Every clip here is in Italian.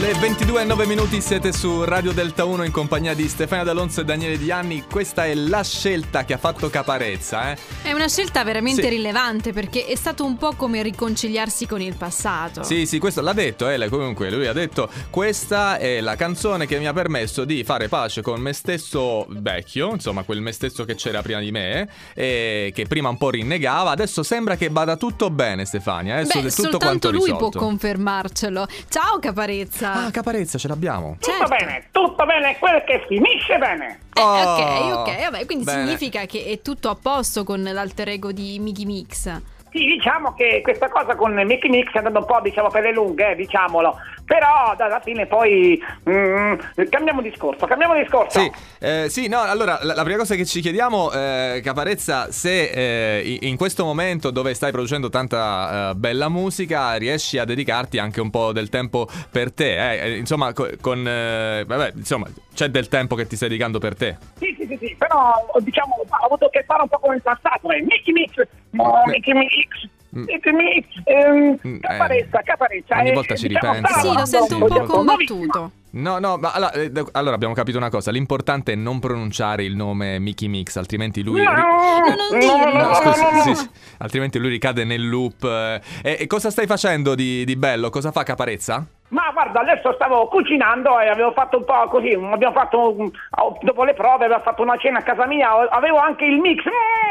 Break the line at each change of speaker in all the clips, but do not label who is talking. Le 22 e 9 minuti siete su Radio Delta 1 in compagnia di Stefania D'Alonso e Daniele Dianni. Questa è la scelta che ha fatto caparezza, eh?
È una scelta veramente
Sì.
rilevante perché è stato un po' come riconciliarsi con il passato.
Sì, sì, questo l'ha detto, eh, comunque lui ha detto questa è la canzone che mi ha permesso di fare pace con me stesso vecchio, insomma quel me stesso che c'era prima di me, eh, che prima un po' rinnegava, adesso sembra che vada tutto bene Stefania,
Beh,
adesso è tutto
soltanto
quanto
lui
risolto.
può confermarcelo. Ciao Caparezza.
ah, caparezza, ce l'abbiamo.
Certo.
Tutto bene, tutto bene, quel che finisce bene.
Eh, ok,
Oh,
ok, vabbè, quindi
bene.
significa che è tutto a posto con l'alter ego di Miki Mix.
Sì, diciamo che questa cosa con Mickey Mix è andata un po' diciamo, per le lunghe, eh, diciamolo. Però alla fine poi mm, cambiamo discorso, cambiamo discorso.
Sì, eh, sì, no, allora la, la prima cosa che ci chiediamo, eh, Caparezza, se eh, i- in questo momento dove stai producendo tanta eh, bella musica riesci a dedicarti anche un po' del tempo per te, eh, eh, insomma, co- con, eh, vabbè, insomma, c'è del tempo che ti stai dedicando per te.
Sì, sì, sì, sì, però diciamo ho avuto che fare un po' come in passato, eh. Mickey Mix, no,
Mm.
Mickey Mix.
Mm.
Mickey Mix, ehm,
Mm, eh,
caparezza, caparezza.
ogni
eh,
volta ci
diciamo,
ripensa. Sì,
sta
no,
Sì, lo
lavorando
sento un
su
po'
molto.
combattuto.
No, no, ma allora, eh, d- allora abbiamo capito una cosa, l'importante è non pronunciare il nome Mickey Mix, altrimenti lui... ri-
No,
non dirlo.
No,
No,
scusa,
no, no,
sì,
no.
sì, altrimenti lui ricade nel loop. eh. E, e cosa stai facendo di, di bello? Cosa fa Caparezza?
Ma guarda, adesso stavo cucinando e avevo fatto un po' così, abbiamo fatto, un- dopo le prove avevo fatto una cena a casa mia, avevo anche il mix.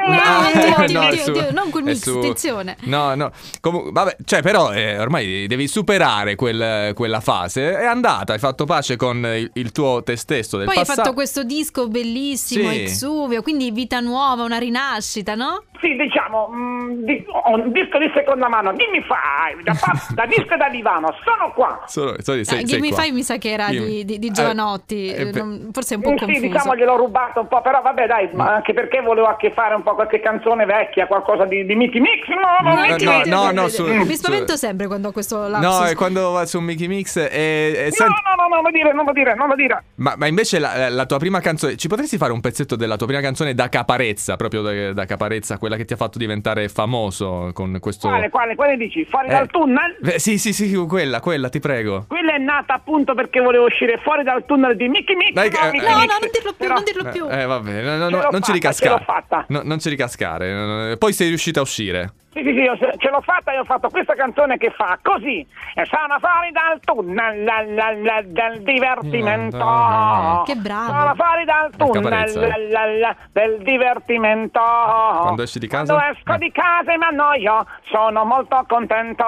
Mm.
No, oddio,
eh,
oddio,
no, è
oddio,
su-
oddio, non quel
è
mix,
su-
attenzione.
No, no. Comu- vabbè, cioè, però eh, ormai devi superare quel- quella fase. È andata, hai fatto pace con il, il tuo te stesso del
Poi hai
passato.
fatto questo disco bellissimo,
Sì.
Exuvio, quindi vita nuova, una rinascita, no?
Sì, diciamo, mm, di- ho un disco di seconda mano, dimmi fai, da, pa- da disco e da divano, sono qua.
Solo, solo- sei-
Eh,
sei
Gimme
qua.
Five mi sa che era
Gimme.
di, di- di
Eh,
Giovanotti,
eh,
eh,
per-
non- forse è un po'
Mm, Sì,
confuso.
diciamo gliel'ho rubato un po', però vabbè dai, ma anche perché volevo anche fare un po' qualche canzone vecchia, qualcosa di, di Mickey Mix. No, no,
No,
Mickey
no,
Mix.
no, no, su-
Mi
su-
spavento sempre quando ho questo lapsus.
No, è quando va su Mickey Mix e, e senti-
no, no, no, non lo dire, non lo dire, non lo dire.
ma, ma invece la, la tua prima canzone, ci potresti fare un pezzetto della tua prima canzone da caparezza, proprio da, da caparezza, quella che ti ha fatto diventare famoso con questo...
Quale, quale, quale dici? Fuori
Eh,
dal tunnel?
beh, sì, sì, sì, quella, quella, ti prego.
Quella è nata appunto perché volevo uscire fuori dal tunnel di Mickey Mix.
Dai, che-
no, Mickey
eh,
No,
Mix.
no, non dirlo più,
Però-
non dirlo più.
Eh, eh, vabbè, no, no, no,
Ce
non
l'ho
ci
fatta,
ricascare.
ce l'ho fatta.
No, non ci ricascare. no, no, no. Poi sei riuscita a uscire.
Sì, sì, sì, io ce ce l'ho fatta e ho fatto questa canzone che fa così. E sono fuori dal tunnel la, la, la, del divertimento.
Che bravo.
Sono fuori dal
Porca
tunnel
parezza, eh.
la, la, la, del divertimento.
Quando esci di casa?
Quando esco
Eh.
di casa e mi annoio, sono molto contento.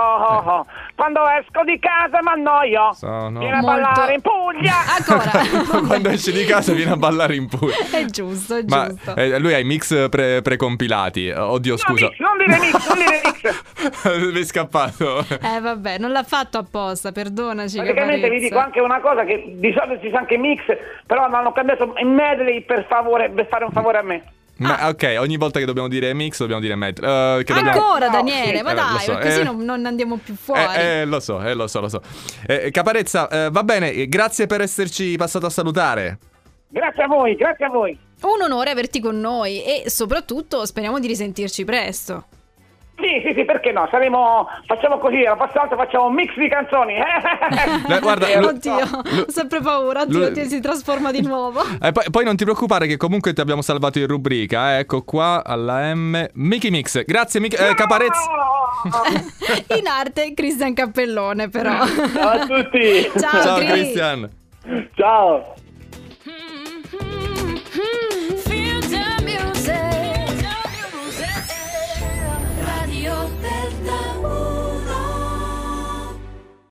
Quando esco di casa e mi annoio,
Eh. Sono-
viene a
Molto-
ballare in Puglia.
Ancora.
Quando esci di casa viene a ballare in Puglia.
È giusto, è
eh. Ma
giusto.
eh, lui ha i mix pre- precompilati. Oddio,
No,
scusa.
mix, non dire mix, non dire mix.
Mi è scappato.
Eh vabbè, non l'ha fatto apposta, perdonaci.
Praticamente vi
Caparezza.
dico anche una cosa che di solito si sa anche mix, però mi hanno cambiato in medley per favore, per fare un favore a me.
Ma ok, ogni volta che dobbiamo dire mix dobbiamo dire metal. Eh, che dobbiamo-
Ancora
No,
Daniele,
sì,
ma
eh, lo
dai,
so,
così
eh.
non, non andiamo più fuori.
Eh, eh, lo so, eh, lo so, lo so. Eh, Caparezza, eh, va bene, eh, grazie per esserci passato a salutare.
Grazie a voi, grazie a voi.
Un onore averti con noi e soprattutto speriamo di risentirci presto.
Sì, sì, sì, perché no? Saremo, facciamo così, la prossima volta facciamo un mix di canzoni.
Beh, guarda,
Eh,
lo-
oddio,
lo-
ho sempre paura, oddio,
lo-
oddio, si trasforma di nuovo.
Eh, poi, poi non ti preoccupare che comunque ti abbiamo salvato in rubrica. eh, Ecco qua alla M. Mickey Mix. Grazie Mickey. eh, Caparezza.
No!
In arte Cristian Cappellone però.
Ciao a tutti.
Ciao,
Ciao
Cri.
Cristian.
Ciao.